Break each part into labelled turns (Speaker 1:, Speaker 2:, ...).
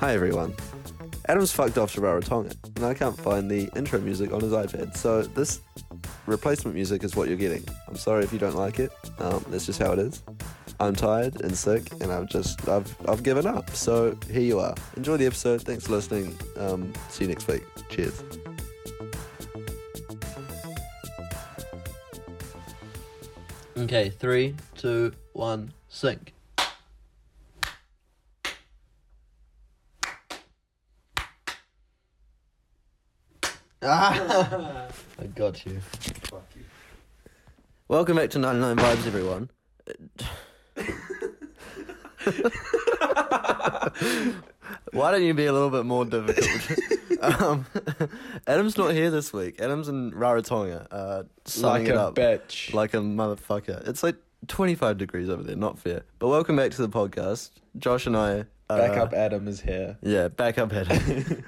Speaker 1: Hi everyone. Adam's fucked off to Rarotonga, and I can't find the intro music on his iPad, so this replacement music is what you're getting. I'm sorry if you don't like it. Um, that's just how it is. I'm tired and sick, and I've just I've I've given up. So here you are. Enjoy the episode. Thanks for listening. Um, see you next week. Cheers.
Speaker 2: Okay, three, two, one, sync. Ah, I got you. Welcome back to 99 Vibes, everyone. Why don't you be a little bit more difficult? um, Adam's not here this week. Adam's in Rarotonga, uh, sunning
Speaker 3: like
Speaker 2: it
Speaker 3: a
Speaker 2: up
Speaker 3: bitch.
Speaker 1: Like a motherfucker. It's like 25 degrees over there. Not fair. But welcome back to the podcast. Josh and I. Uh,
Speaker 3: Back up Adam is here.
Speaker 1: Yeah, back up Adam.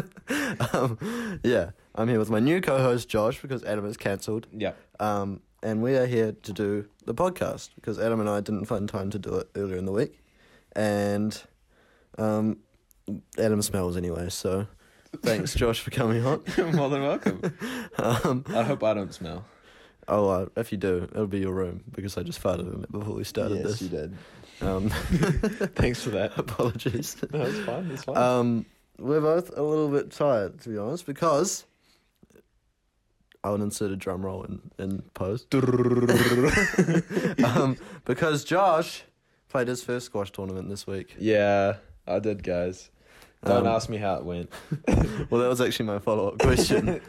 Speaker 1: um, yeah, I'm here with my new co-host Josh because Adam is cancelled.
Speaker 3: Yeah.
Speaker 1: Um, and we are here to do the podcast because Adam and I didn't find time to do it earlier in the week, and um, Adam smells anyway. So thanks, Josh, for coming on.
Speaker 3: More than welcome.
Speaker 1: Um,
Speaker 3: I hope I don't smell.
Speaker 1: oh, uh, if you do, it'll be your room because I just farted in it before we started this.
Speaker 3: did.
Speaker 1: Um,
Speaker 3: Thanks for that.
Speaker 1: apologies.
Speaker 3: No, it's fine. It's fine.
Speaker 1: Um, we're both a little bit tired, to be honest, because I would insert a drum roll in, in post. um, because Josh played his first squash tournament this week.
Speaker 3: yeah, I did, guys. Don't
Speaker 1: Um,
Speaker 3: ask me how it went.
Speaker 1: Well, that was actually my follow up question.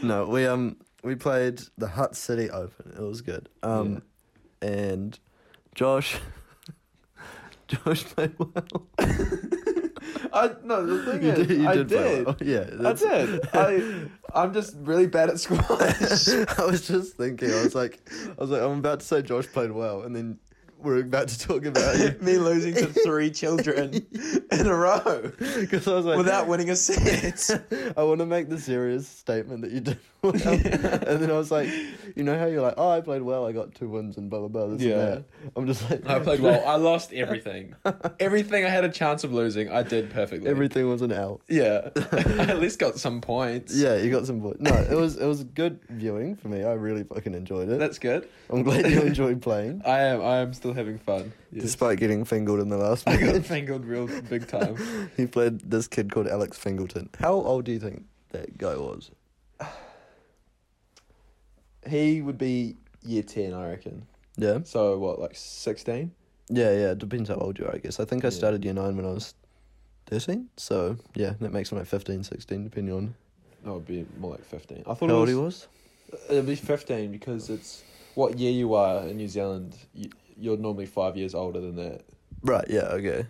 Speaker 1: no, we um we played the Hut City Open. It was good. Um, and Josh, Josh played well.
Speaker 3: I no. The thing is,
Speaker 1: you
Speaker 3: I
Speaker 1: play
Speaker 3: did.
Speaker 1: well. Yeah,
Speaker 3: I
Speaker 1: that's-
Speaker 3: did. I I'm just really bad at squash.
Speaker 1: I was just thinking. I was like, I was like, I'm about to say Josh played well, and then we're about to talk about you
Speaker 3: me losing to three children in a row
Speaker 1: because I was like,
Speaker 3: without winning a set.
Speaker 1: I want to make the serious statement that you did well, and then I was like, you know how you're like, oh, I played well. I got two wins and blah blah blah. This
Speaker 3: Yeah.
Speaker 1: and that. I'm just like,
Speaker 3: I played well. I lost everything. Everything I had a chance of losing, I did perfectly.
Speaker 1: Everything was an L.
Speaker 3: Yeah. I at least got some points.
Speaker 1: Yeah, you got some points. No, it was it was good viewing for me. I really fucking enjoyed it.
Speaker 3: That's good.
Speaker 1: I'm glad you enjoyed playing,
Speaker 3: I am I am still having fun. Yes.
Speaker 1: despite getting fingered in the last
Speaker 3: I got
Speaker 1: minute.
Speaker 3: fingered real big time.
Speaker 1: he played this kid called Alex Fingleton. How old do you think that guy was?
Speaker 3: He would be year ten, I reckon.
Speaker 1: Yeah.
Speaker 3: So what, like sixteen?
Speaker 1: Yeah, yeah. It depends how old you are, I guess. I think I
Speaker 3: Yeah.
Speaker 1: started year nine when I was 13. So, yeah, that makes him like 15, 16, depending on
Speaker 3: No, it'd be more like fifteen. I
Speaker 1: how
Speaker 3: thought
Speaker 1: old
Speaker 3: it
Speaker 1: he
Speaker 3: was,
Speaker 1: was.
Speaker 3: it'd be fifteen because it's what year you are in New Zealand. You, you're normally five years older than that.
Speaker 1: Right, yeah, okay.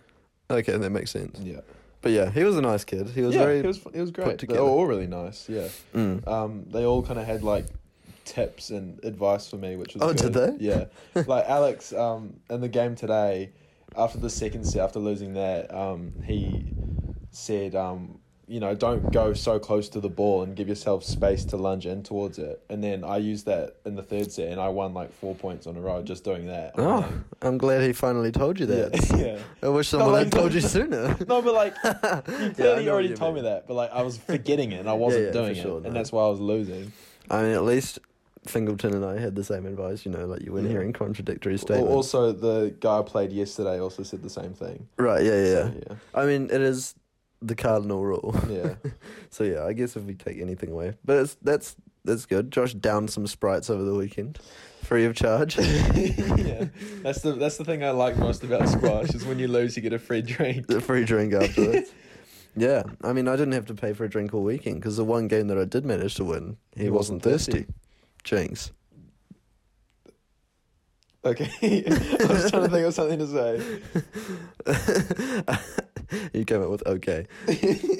Speaker 1: Okay, that makes sense.
Speaker 3: Yeah,
Speaker 1: But yeah, he was a nice kid. He was
Speaker 3: yeah,
Speaker 1: very.
Speaker 3: it was it was great. They
Speaker 1: together.
Speaker 3: were all really nice. Yeah,
Speaker 1: Mm.
Speaker 3: um, they all kind of had like tips and advice for me, which was
Speaker 1: Oh,
Speaker 3: good.
Speaker 1: did they?
Speaker 3: Yeah, like Alex, um, in the game today, after the second set, after losing that, um, he said, um, you know, don't go so close to the ball and give yourself space to lunge in towards it. And then I used that in the third set, and I won like four points on a row just doing that.
Speaker 1: Oh, I'm glad he finally told you
Speaker 3: yeah,
Speaker 1: that.
Speaker 3: yeah.
Speaker 1: I wish someone
Speaker 3: like-
Speaker 1: had told you sooner.
Speaker 3: No, but like you clearly
Speaker 1: know what
Speaker 3: already
Speaker 1: you
Speaker 3: told
Speaker 1: mean.
Speaker 3: me that, but like I was forgetting it and I wasn't
Speaker 1: yeah, for
Speaker 3: doing
Speaker 1: sure,
Speaker 3: it,
Speaker 1: no.
Speaker 3: and that's why I was losing.
Speaker 1: I mean, at least Fingleton and I had the same advice, you know, like you weren't
Speaker 3: Yeah.
Speaker 1: hearing contradictory
Speaker 3: Al-
Speaker 1: statements.
Speaker 3: Also, the guy I played yesterday also said the same thing.
Speaker 1: right, yeah, yeah, yeah.
Speaker 3: So, yeah.
Speaker 1: I mean, it is the cardinal rule.
Speaker 3: Yeah.
Speaker 1: So yeah, I guess if we take anything away, but it's, that's that's good. Josh downed some sprites over the weekend, free of charge.
Speaker 3: yeah, that's the that's the thing I like most about squash is when you lose, you get a free drink.
Speaker 1: the free drink afterwards. yeah, I mean, I didn't have to pay for a drink all weekend because the one game that I did manage to win, he,
Speaker 3: He
Speaker 1: wasn't,
Speaker 3: wasn't
Speaker 1: thirsty. Jinx.
Speaker 3: Okay, I was trying to think of something to say.
Speaker 1: he came up with okay.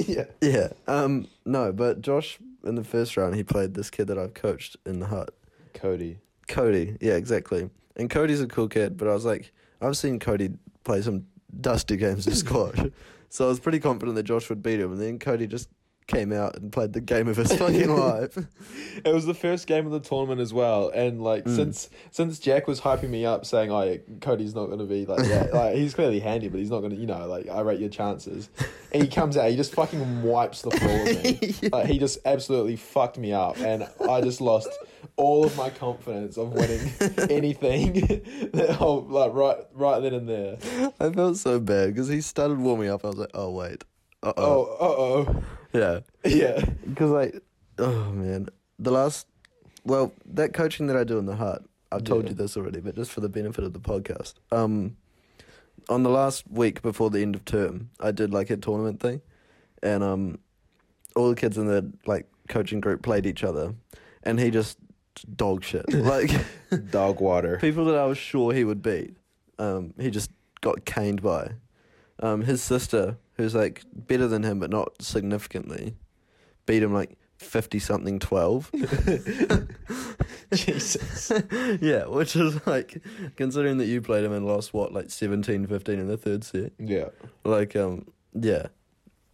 Speaker 3: yeah,
Speaker 1: Yeah. Um. No, but Josh in the first round he played this kid that I've coached in the hut.
Speaker 3: Cody.
Speaker 1: Cody, yeah, exactly. And Cody's a cool kid, but I was like, I've seen Cody play some dusty games of squash, so I was pretty confident that Josh would beat him. And then Cody just came out and played the game of his fucking life.
Speaker 3: It was the first game of the tournament as well, and like since since Jack was hyping me up saying, "Oh, yeah, Cody's not going to be like that. like he's clearly handy, but he's not going to, you know, like I rate your chances." And he comes out, he just fucking wipes the floor with me. Like he just absolutely fucked me up, and I just lost all of my confidence of winning anything. that whole like right right then and there.
Speaker 1: I felt so bad because he started warming up. I was like, oh wait, uh oh,
Speaker 3: Oh, uh oh,
Speaker 1: yeah,
Speaker 3: yeah,
Speaker 1: because like, oh man, the last, well, that coaching that I do in the heart, I've told
Speaker 3: Yeah.
Speaker 1: you this already, but just for the benefit of the podcast, um, on the last week before the end of term, I did like a tournament thing, and um, all the kids in the like coaching group played each other, and he just dog shit like.
Speaker 3: dog water.
Speaker 1: people that I was sure he would beat, um, he just got caned by. Um, his sister, who's like better than him but not significantly, beat him like fifty something twelve.
Speaker 3: Jesus.
Speaker 1: yeah, which is like considering that you played him and lost what like 17-15 in the third set.
Speaker 3: Yeah.
Speaker 1: Like um, yeah,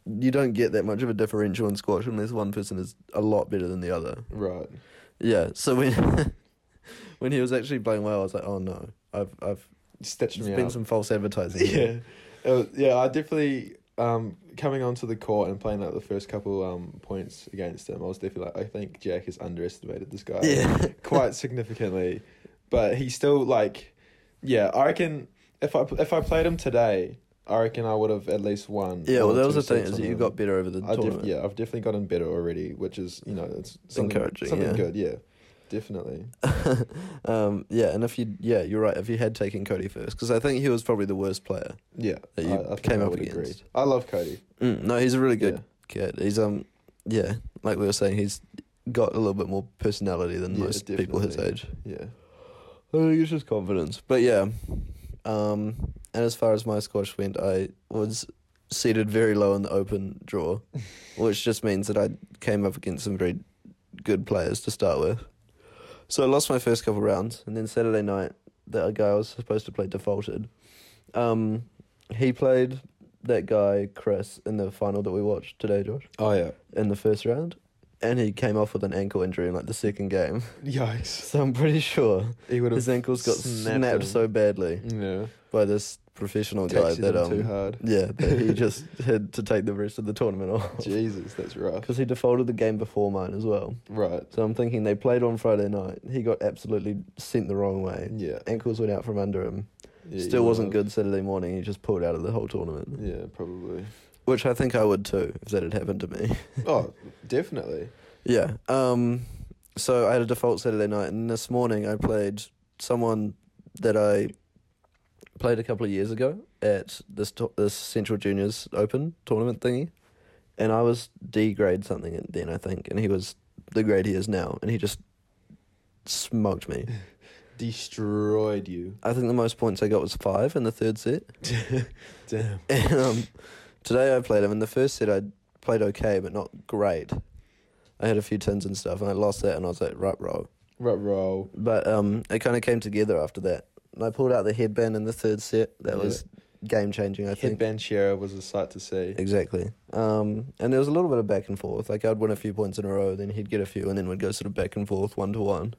Speaker 1: you don't get that much of a differential in squash unless one person is a lot better than the other.
Speaker 3: Right.
Speaker 1: Yeah, so when when he was actually playing well, I was like, oh no, I've I've
Speaker 3: Stitched
Speaker 1: There's
Speaker 3: me
Speaker 1: been
Speaker 3: up.
Speaker 1: some false advertising.
Speaker 3: yeah, It was- yeah. I definitely um coming onto the court and playing like the first couple um points against him. I was definitely like, I think Jack has underestimated this guy
Speaker 1: Yeah.
Speaker 3: quite significantly, but he still like, yeah. I reckon if I if I played him today, I reckon I would have at least won.
Speaker 1: Yeah, well,
Speaker 3: one or
Speaker 1: that was the
Speaker 3: two
Speaker 1: thing
Speaker 3: sets
Speaker 1: is
Speaker 3: on
Speaker 1: that you
Speaker 3: him.
Speaker 1: got better over the
Speaker 3: I def-
Speaker 1: tournament.
Speaker 3: yeah, I've definitely gotten better already, which is you know it's something,
Speaker 1: encouraging,
Speaker 3: Something
Speaker 1: yeah.
Speaker 3: good, yeah, definitely.
Speaker 1: um, yeah, and if you, yeah, you're right. If you had taken Cody first, because I think he was probably the worst player.
Speaker 3: Yeah,
Speaker 1: That you
Speaker 3: think
Speaker 1: came up
Speaker 3: would
Speaker 1: against.
Speaker 3: I love Cody.
Speaker 1: Mm, no, he's a really
Speaker 3: Yeah.
Speaker 1: good kid. He's um, yeah, like we were saying, he's got a little bit more personality than
Speaker 3: Yeah,
Speaker 1: most people his age.
Speaker 3: definitely. Yeah.
Speaker 1: I think it's just confidence. But yeah, um, and as far as my squash went, I was seated very low in the open draw, which just means that I came up against some very good players to start with. So I lost my first couple rounds, and then Saturday night, the guy I was supposed to play defaulted. Um, he played that guy Chris in the final that we watched today, Josh,
Speaker 3: Oh yeah.
Speaker 1: in the first round, and he came off with an ankle injury in like the second game.
Speaker 3: Yikes.
Speaker 1: So I'm pretty sure
Speaker 3: He would have
Speaker 1: his ankles got
Speaker 3: snapped
Speaker 1: snapped,
Speaker 3: him.
Speaker 1: so badly
Speaker 3: Yeah.
Speaker 1: by this professional guy
Speaker 3: Texted
Speaker 1: that
Speaker 3: him too
Speaker 1: um
Speaker 3: hard.
Speaker 1: yeah that he just had to take the rest of the tournament off
Speaker 3: Jesus, that's rough.
Speaker 1: because he defaulted the game before mine as well.
Speaker 3: Right.
Speaker 1: So I'm thinking they played on Friday night. He got absolutely sent the wrong way.
Speaker 3: Yeah.
Speaker 1: Ankles went out from under him.
Speaker 3: Yeah,
Speaker 1: Still
Speaker 3: you
Speaker 1: wasn't
Speaker 3: would've-
Speaker 1: good Saturday morning. He just pulled out of the whole tournament,
Speaker 3: Yeah, probably.
Speaker 1: which I think I would too if that had happened to me.
Speaker 3: Oh, definitely.
Speaker 1: Yeah. Um. So I had a default Saturday night, and this morning I played someone that I played a couple of years ago at this to- this Central Juniors Open tournament thingy, and I was D grade something then I think, and he was the grade he is now, and he just smoked me.
Speaker 3: Destroyed you.
Speaker 1: I think the most points I got was five in the third set.
Speaker 3: Damn.
Speaker 1: And um, today I played him. In the first set, I played okay, but not great. I had a few tins and stuff, and I lost that, and I was like, right, roll.
Speaker 3: Right roll.
Speaker 1: But um, it kind of came together after that. And I pulled out the headband in the third set. That
Speaker 3: Yeah.
Speaker 1: was game changing, I think.
Speaker 3: Headband Shearer was a sight to see.
Speaker 1: Exactly. Um, and there was a little bit of back and forth. Like I'd win a few points in a row, then he'd get a few, and then we'd go sort of back and forth, one to one.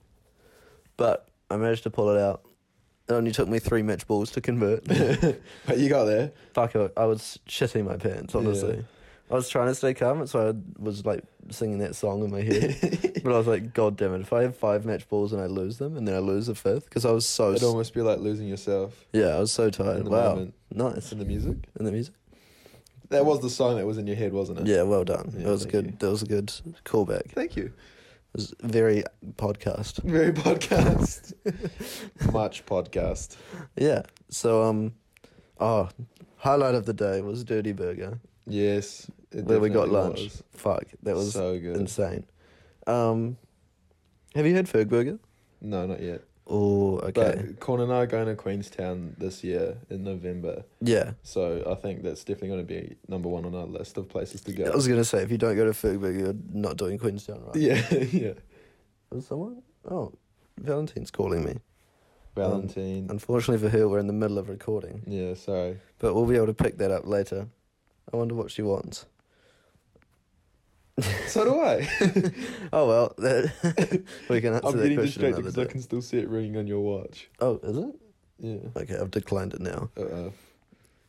Speaker 1: But I managed to pull it out. It only took me three match balls to convert.
Speaker 3: But you got there.
Speaker 1: Fuck, I- I was shitting my pants, honestly.
Speaker 3: Yeah.
Speaker 1: I was trying to stay calm, so I was like singing that song in my head. but I was like, God damn it, if I have five match balls and I lose them, and then I lose the fifth, because I was so
Speaker 3: It'd almost be like losing yourself
Speaker 1: Yeah, I was so
Speaker 3: In
Speaker 1: tired.
Speaker 3: the
Speaker 1: Wow.
Speaker 3: moment.
Speaker 1: Nice.
Speaker 3: in the music.
Speaker 1: And the music?
Speaker 3: That was the song that was in your head, wasn't it?
Speaker 1: Yeah, well done.
Speaker 3: Yeah,
Speaker 1: that was
Speaker 3: thank
Speaker 1: good.
Speaker 3: you.
Speaker 1: That was a good callback. It
Speaker 3: Thank you.
Speaker 1: was very podcast.
Speaker 3: Very podcast. Much podcast.
Speaker 1: Yeah. So um oh, highlight of the day was Dirty Burger.
Speaker 3: Yes. it
Speaker 1: where we got
Speaker 3: definitely
Speaker 1: lunch.
Speaker 3: was.
Speaker 1: Fuck. That was
Speaker 3: so good.
Speaker 1: insane. Um have you had Ferg Burger?
Speaker 3: No, not yet.
Speaker 1: Oh, okay.
Speaker 3: But Corn and I are going to Queenstown this year in November.
Speaker 1: yeah.
Speaker 3: So I think that's definitely going to be number one on our list of places to go.
Speaker 1: I was gonna say if you don't go to Ferg Burger you're not doing Queenstown right.
Speaker 3: yeah, yeah.
Speaker 1: Is someone? Oh, Valentine's calling me. Um,
Speaker 3: Valentine.
Speaker 1: Unfortunately for her, we're in the middle of recording.
Speaker 3: yeah, sorry.
Speaker 1: But we'll be able to pick that up later. I wonder what she wants.
Speaker 3: So do I.
Speaker 1: oh well, that, we can answer
Speaker 3: I'm
Speaker 1: that question
Speaker 3: getting distracted
Speaker 1: another
Speaker 3: because I
Speaker 1: day.
Speaker 3: can still see it ringing on your watch.
Speaker 1: Oh, is it?
Speaker 3: Yeah.
Speaker 1: Okay, I've declined it now.
Speaker 3: Uh oh.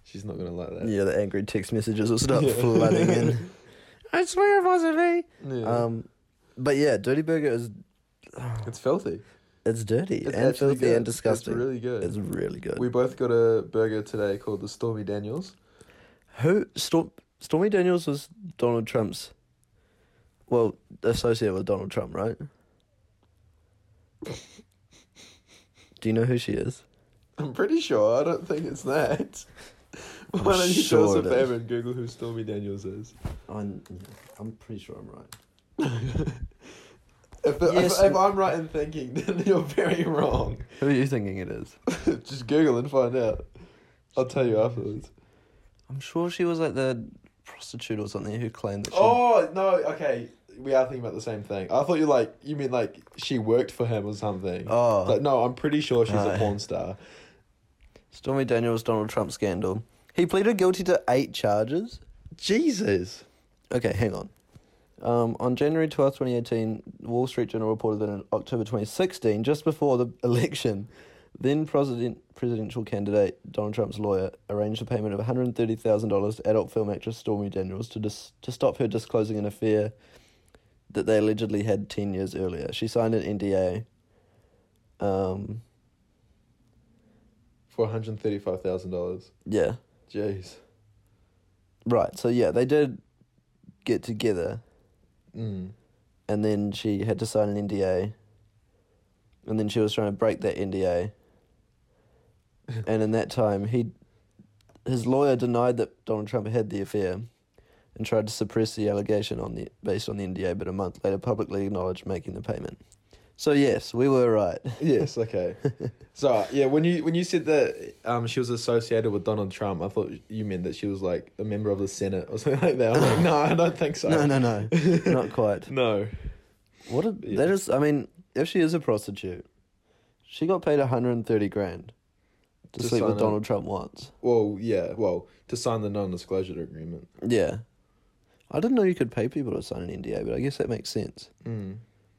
Speaker 3: She's not gonna like that.
Speaker 1: Yeah, the angry text messages will start
Speaker 3: Yeah.
Speaker 1: flooding in. I swear it wasn't me.
Speaker 3: Yeah.
Speaker 1: Um, but yeah, Dirty Burger is
Speaker 3: it's filthy.
Speaker 1: it's dirty
Speaker 3: It's
Speaker 1: and
Speaker 3: actually
Speaker 1: filthy
Speaker 3: good.
Speaker 1: and disgusting.
Speaker 3: It's really good.
Speaker 1: It's really good.
Speaker 3: we both got a burger today called the Stormy Daniels.
Speaker 1: Who Storm, Stormy Daniels was Donald Trump's, well, associated with Donald Trump, right? Do you know who she is?
Speaker 3: I'm pretty sure. I don't think it's that. Why
Speaker 1: I'm
Speaker 3: don't you
Speaker 1: sure
Speaker 3: do
Speaker 1: it
Speaker 3: us
Speaker 1: is.
Speaker 3: a favor and Google who Stormy Daniels is?
Speaker 1: I'm, I'm pretty sure I'm right.
Speaker 3: If, it-
Speaker 1: Yes,
Speaker 3: if, if
Speaker 1: and-
Speaker 3: I'm right in thinking, then you're very wrong.
Speaker 1: Who are you thinking it is?
Speaker 3: Just Google and find out. I'll tell you afterwards.
Speaker 1: I'm sure she was like the prostitute or something who claimed that she.
Speaker 3: Oh no! Okay, we are thinking about the same thing. I thought you like you mean like she worked for him or something.
Speaker 1: Oh.
Speaker 3: But no, I'm pretty sure she's a
Speaker 1: No.
Speaker 3: porn star.
Speaker 1: Stormy Daniels Donald Trump scandal. He pleaded guilty to eight charges.
Speaker 3: Jesus.
Speaker 1: Okay, hang on. Um, on January twelfth, 2018, Wall Street Journal reported that in October 2016, just before the election, then president, presidential candidate Donald Trump's lawyer arranged a payment of $130,000 to adult film actress Stormy Daniels to, dis- to stop her disclosing an affair that they allegedly had 10 years earlier. She signed an NDA. Um,
Speaker 3: For one hundred thirty-five thousand dollars.
Speaker 1: yeah.
Speaker 3: Jeez.
Speaker 1: Right, so yeah, they did get together.
Speaker 3: Mm.
Speaker 1: and then she had to sign an NDA, and then she was trying to break that NDA. and in that time, he, his lawyer denied that Donald Trump had the affair, and tried to suppress the allegation on the based on the NDA. But a month later, publicly acknowledged making the payment. So yes, we were right.
Speaker 3: Yes. Okay. so yeah, when you when you said that um she was associated with Donald Trump, I thought you meant that she was like a member of the Senate or something like that. I'm like, no, I don't think so.
Speaker 1: No, no, no, not quite.
Speaker 3: No.
Speaker 1: What a,
Speaker 3: Yeah.
Speaker 1: that is. I mean, if she is a prostitute, she got paid one hundred and thirty grand to,
Speaker 3: To
Speaker 1: sleep with
Speaker 3: sign a-
Speaker 1: Donald Trump once.
Speaker 3: Well, yeah. Well, to sign the non-disclosure agreement.
Speaker 1: Yeah. I didn't know you could pay people to sign an NDA, but I guess that makes sense.
Speaker 3: Mm.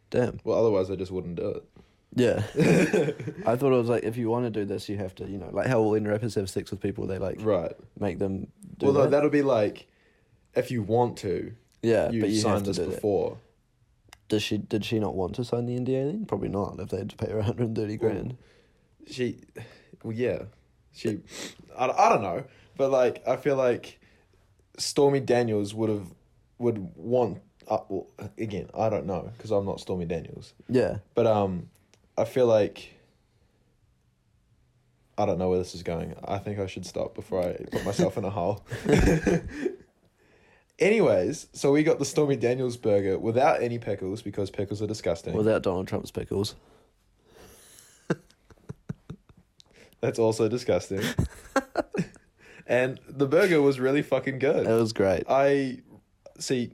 Speaker 1: Damn.
Speaker 3: Well, otherwise I just wouldn't do it.
Speaker 1: Yeah. I thought it was like if you want to do this, you have to, you know, like how when rappers have sex with people, they like
Speaker 3: Right.
Speaker 1: make them do
Speaker 3: Although
Speaker 1: that.
Speaker 3: that'll be like, if you want to,
Speaker 1: Yeah,
Speaker 3: you,
Speaker 1: but you
Speaker 3: signed
Speaker 1: have to
Speaker 3: this
Speaker 1: do that.
Speaker 3: before.
Speaker 1: Does she did she not want to sign the NDA then? Probably not. If they had to pay her 130
Speaker 3: Well,
Speaker 1: grand.
Speaker 3: She, well, yeah, she, I, I don't know, but like I feel like Stormy Daniels would have would want. Uh, well, again, I don't know because I'm not Stormy Daniels,
Speaker 1: Yeah.
Speaker 3: but um, I feel like. I don't know where this is going. I think I should stop before I put myself in a hole. Anyways, so we got the Stormy Daniels burger without any pickles because pickles are disgusting.
Speaker 1: Without Donald Trump's pickles.
Speaker 3: That's also disgusting. and the burger was really fucking
Speaker 1: It
Speaker 3: good.
Speaker 1: was great.
Speaker 3: I see,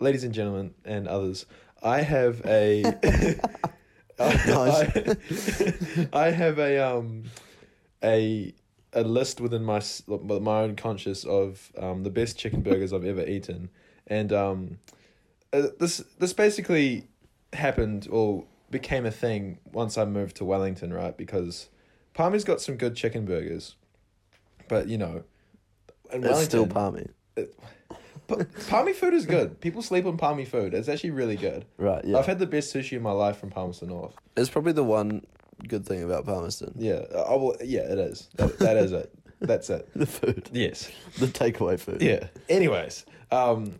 Speaker 3: ladies and gentlemen, and others, I have a. I, I have a um, a a list within my s- my own conscious of um, the best chicken burgers I've ever eaten, and um, uh, this this basically happened or became a thing once I moved to Wellington, right? Because Palmy's got some good chicken burgers, but you know, in
Speaker 1: It's still
Speaker 3: Wellington,
Speaker 1: palmy.
Speaker 3: Pa- Palmy food is good. People sleep on Palmy food. It's actually really good.
Speaker 1: Right, yeah.
Speaker 3: I've had the best sushi in my life from Palmerston North.
Speaker 1: it's probably the one good thing about Palmerston.
Speaker 3: Yeah, uh, I will, yeah, it is. That, that is it. That's it.
Speaker 1: The food.
Speaker 3: Yes.
Speaker 1: The takeaway food.
Speaker 3: Yeah. Anyways, um,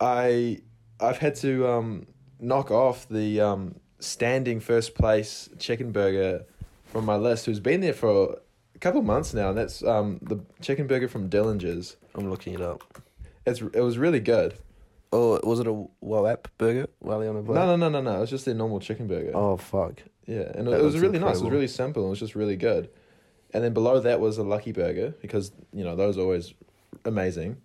Speaker 3: I I've had to um, knock off the um, standing first place chicken burger from my list, who's been there for a couple months now, and that's um, the chicken burger from Dillinger's.
Speaker 1: I'm looking it up.
Speaker 3: It's it was really good.
Speaker 1: Oh, was it a Wallap burger? Wally on a plate?
Speaker 3: No, no, no, no, no. It was just their normal chicken burger.
Speaker 1: Oh fuck.
Speaker 3: Yeah, and it,
Speaker 1: That
Speaker 3: it was
Speaker 1: looks
Speaker 3: really nice. It was
Speaker 1: incredible.
Speaker 3: really simple. and It was just really good. And then below that was a Lucky Burger because you know those are always amazing.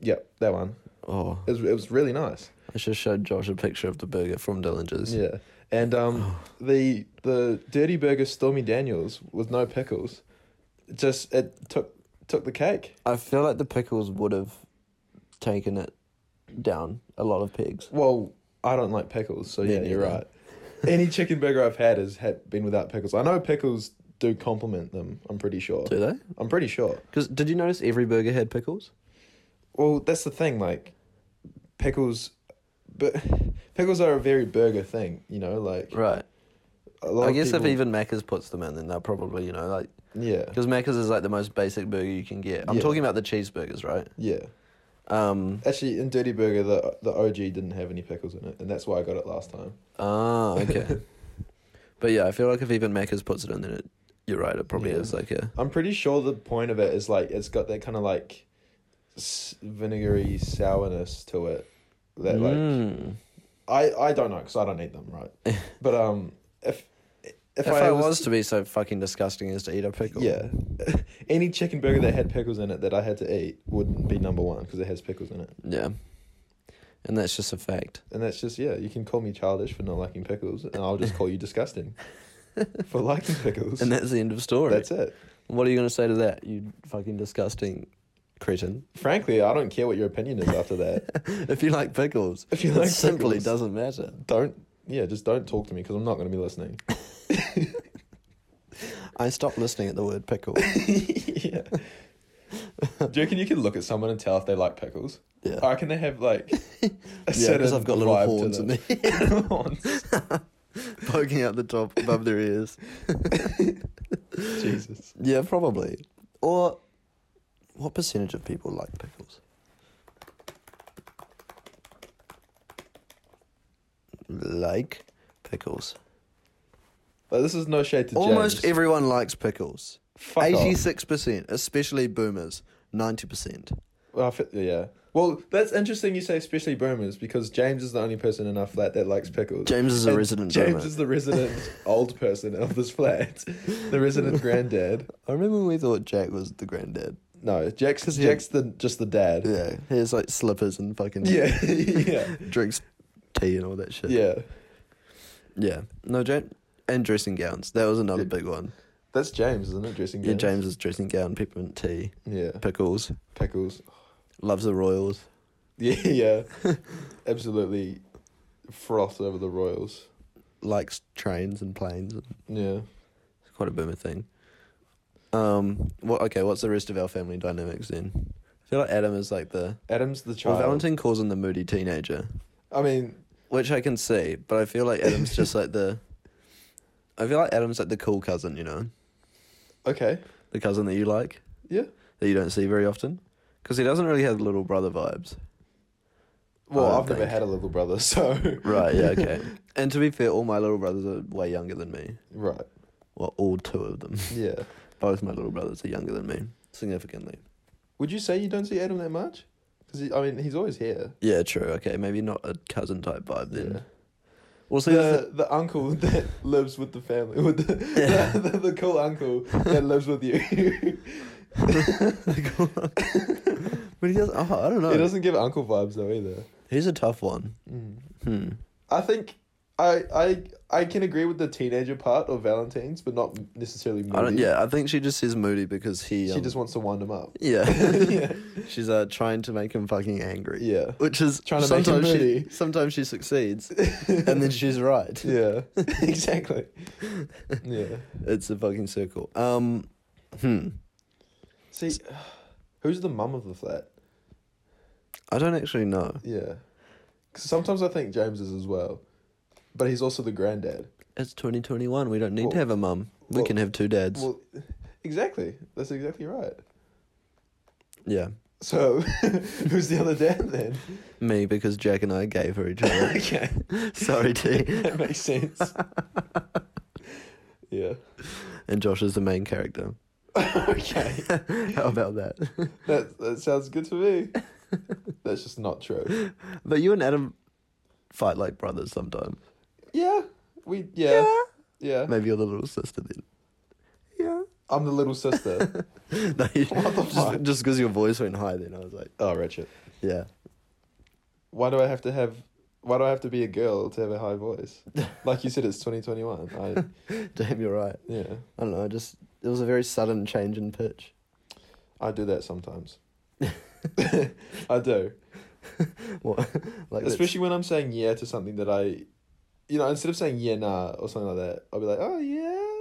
Speaker 3: Yep, that one.
Speaker 1: Oh,
Speaker 3: It was, it was really nice.
Speaker 1: I just showed Josh a picture of the burger from Dillinger's.
Speaker 3: Yeah, and um,
Speaker 1: Oh.
Speaker 3: the the Dirty Burger Stormy Daniels with no pickles, it just it took took the cake.
Speaker 1: I feel like the pickles would have taken it down a lot of pegs.
Speaker 3: Well, I don't like pickles, so
Speaker 1: Me
Speaker 3: yeah, you're
Speaker 1: neither.
Speaker 3: right. Any chicken burger I've had has had been without pickles. I know pickles do complement them. I'm pretty sure.
Speaker 1: Do they?
Speaker 3: I'm pretty sure.
Speaker 1: Because did you notice every burger had pickles?
Speaker 3: Well, that's the thing. Like pickles, but pickles are a very burger thing. You know, like
Speaker 1: Right.
Speaker 3: a lot
Speaker 1: I
Speaker 3: of
Speaker 1: guess
Speaker 3: people,
Speaker 1: if even Macca's puts them in, then they'll probably, you know, like.
Speaker 3: yeah,
Speaker 1: Because Macca's is like the most basic burger you can get. I'm
Speaker 3: Yeah.
Speaker 1: talking about the cheeseburgers, right?
Speaker 3: yeah.
Speaker 1: Um.
Speaker 3: Actually, in Dirty Burger, the the OG didn't have any pickles in it, and that's why I got it last time.
Speaker 1: Ah, okay. but yeah, I feel like if even Macca's puts it in, then it, you're right. It probably
Speaker 3: Yeah.
Speaker 1: is like a.
Speaker 3: I'm pretty sure the point of it is like it's got that kind of like s- vinegary sourness to it. That like
Speaker 1: Mm.
Speaker 3: I I don't know because I don't eat them right. but um if if,
Speaker 1: If, I, was, to be so fucking disgusting as to eat a pickle.
Speaker 3: yeah any chicken burger that had pickles in it that I had to eat wouldn't be number one because it has pickles in it.
Speaker 1: Yeah. And that's just a fact.
Speaker 3: And that's just yeah you can call me childish for not liking pickles and I'll just call you disgusting for liking pickles.
Speaker 1: And that's the end of story.
Speaker 3: that's it.
Speaker 1: What are you going to say to that, you fucking disgusting cretin?
Speaker 3: Frankly, I don't care what your opinion is after that.
Speaker 1: if you like pickles,
Speaker 3: If you
Speaker 1: it
Speaker 3: like
Speaker 1: simply
Speaker 3: pickles.
Speaker 1: doesn't matter.
Speaker 3: don't yeah just don't talk to me because I'm not going to be listening.
Speaker 1: I stopped listening at the word pickle.
Speaker 3: yeah. Do you reckon you can look at someone and tell if they like pickles?
Speaker 1: Yeah.
Speaker 3: I reckon they have like a
Speaker 1: yeah,
Speaker 3: certain
Speaker 1: because I've got little
Speaker 3: vibe to
Speaker 1: horns in
Speaker 3: them.
Speaker 1: me
Speaker 3: Horns.
Speaker 1: poking out the top above their ears.
Speaker 3: Jesus.
Speaker 1: Yeah, probably. Or what percentage of people like pickles? Like pickles.
Speaker 3: Like, this is no shade to
Speaker 1: Almost
Speaker 3: James.
Speaker 1: everyone likes pickles.
Speaker 3: Fuck off.
Speaker 1: Eighty-six percent, especially boomers. Ninety percent.
Speaker 3: Well, I fi- yeah. Well, that's interesting you say especially boomers because James is the only person in our flat that likes pickles.
Speaker 1: James is a
Speaker 3: And
Speaker 1: resident
Speaker 3: James
Speaker 1: boomer.
Speaker 3: is the resident old person of this flat. The resident granddad.
Speaker 1: I remember when we thought Jack was the granddad.
Speaker 3: No, Jack's
Speaker 1: he-
Speaker 3: Jack's the just the dad.
Speaker 1: Yeah, he has like slippers and fucking
Speaker 3: Yeah. yeah.
Speaker 1: drinks tea and all that shit.
Speaker 3: Yeah.
Speaker 1: yeah. No, James and dressing gowns. That was another
Speaker 3: Yeah.
Speaker 1: big one.
Speaker 3: That's James, isn't it? Dressing
Speaker 1: Yeah,
Speaker 3: James.
Speaker 1: James's dressing gown, peppermint tea,
Speaker 3: Yeah.
Speaker 1: pickles,
Speaker 3: Pickles.
Speaker 1: loves the Royals.
Speaker 3: Yeah, yeah. Absolutely froth over the Royals.
Speaker 1: likes trains and planes. It's
Speaker 3: Yeah.
Speaker 1: quite a boomer thing. Um. Well, okay. What's the rest of our family dynamics then? I feel like Adam is like the
Speaker 3: Adam's the child.
Speaker 1: well, Valentine calls him the moody teenager,
Speaker 3: I mean,
Speaker 1: which I can see, but I feel like Adam's just like the. I feel like Adam's like the cool cousin, you know,
Speaker 3: okay.
Speaker 1: the cousin that you like
Speaker 3: Yeah.
Speaker 1: that you don't see very often, because he doesn't really have little brother vibes.
Speaker 3: Well,
Speaker 1: I don't
Speaker 3: I've never
Speaker 1: think.
Speaker 3: had a little brother, so
Speaker 1: Right. Yeah. Okay. and to be fair, all my little brothers are way younger than me.
Speaker 3: right.
Speaker 1: Well, all two of them.
Speaker 3: Yeah.
Speaker 1: Both my little brothers are younger than me, significantly.
Speaker 3: Would you say you don't see Adam that much? Because I mean, he's always here.
Speaker 1: Yeah, true. Okay, maybe not a cousin type vibe then.
Speaker 3: Yeah.
Speaker 1: Also,
Speaker 3: The, the uncle that lives with the family, with the, the, the, cool uncle that lives with you. he
Speaker 1: but he doesn't. Oh, I don't know.
Speaker 3: doesn't give uncle vibes though either.
Speaker 1: He's a tough one.
Speaker 3: Mm.
Speaker 1: Hmm.
Speaker 3: I think I I I can agree with the teenager part of Valentine's, but not necessarily. Moody.
Speaker 1: I don't. Yeah, I think she just says moody because he.
Speaker 3: She
Speaker 1: um,
Speaker 3: just wants to wind him up.
Speaker 1: Yeah.
Speaker 3: yeah.
Speaker 1: She's uh, trying to make him fucking angry.
Speaker 3: Yeah.
Speaker 1: Which is
Speaker 3: Trying to make him
Speaker 1: sometimes
Speaker 3: moody.
Speaker 1: she sometimes she succeeds, and then she's right.
Speaker 3: Yeah. exactly. Yeah.
Speaker 1: It's a fucking circle. Um. Hmm.
Speaker 3: See, who's the mum of the flat?
Speaker 1: I don't actually know.
Speaker 3: Yeah. 'Cause sometimes I think James is as well, but he's also the granddad.
Speaker 1: It's 2021. We don't need
Speaker 3: Well-
Speaker 1: to have a mum. We
Speaker 3: well-
Speaker 1: can have two dads.
Speaker 3: Well, exactly. That's exactly right.
Speaker 1: yeah.
Speaker 3: So, who's the other dad then?
Speaker 1: Me because Jack and I gave her each other.
Speaker 3: okay,
Speaker 1: Sorry, T.
Speaker 3: that makes sense. yeah.
Speaker 1: And Josh is the main character.
Speaker 3: okay.
Speaker 1: How about that?
Speaker 3: That that sounds good to me. That's just not true.
Speaker 1: but you and Adam fight like brothers sometime.
Speaker 3: Yeah. We yeah. Yeah.
Speaker 1: Maybe you're the little sister then. Yeah.
Speaker 3: I'm the little sister.
Speaker 1: no, you,
Speaker 3: What the fuck?
Speaker 1: just just because your voice went high then, I was like,
Speaker 3: oh, Richard.
Speaker 1: yeah.
Speaker 3: Why do I have to have why do I have to be a girl to have a high voice? Like you said it's 2021. I
Speaker 1: Damn, you're right.
Speaker 3: yeah.
Speaker 1: I don't know. I just it was a very sudden change in pitch.
Speaker 3: I do that sometimes. I do.
Speaker 1: what? Like that's-
Speaker 3: Especially when I'm saying yeah to something that I, you know, instead of saying yeah nah or something like that, I'll be like oh yeah,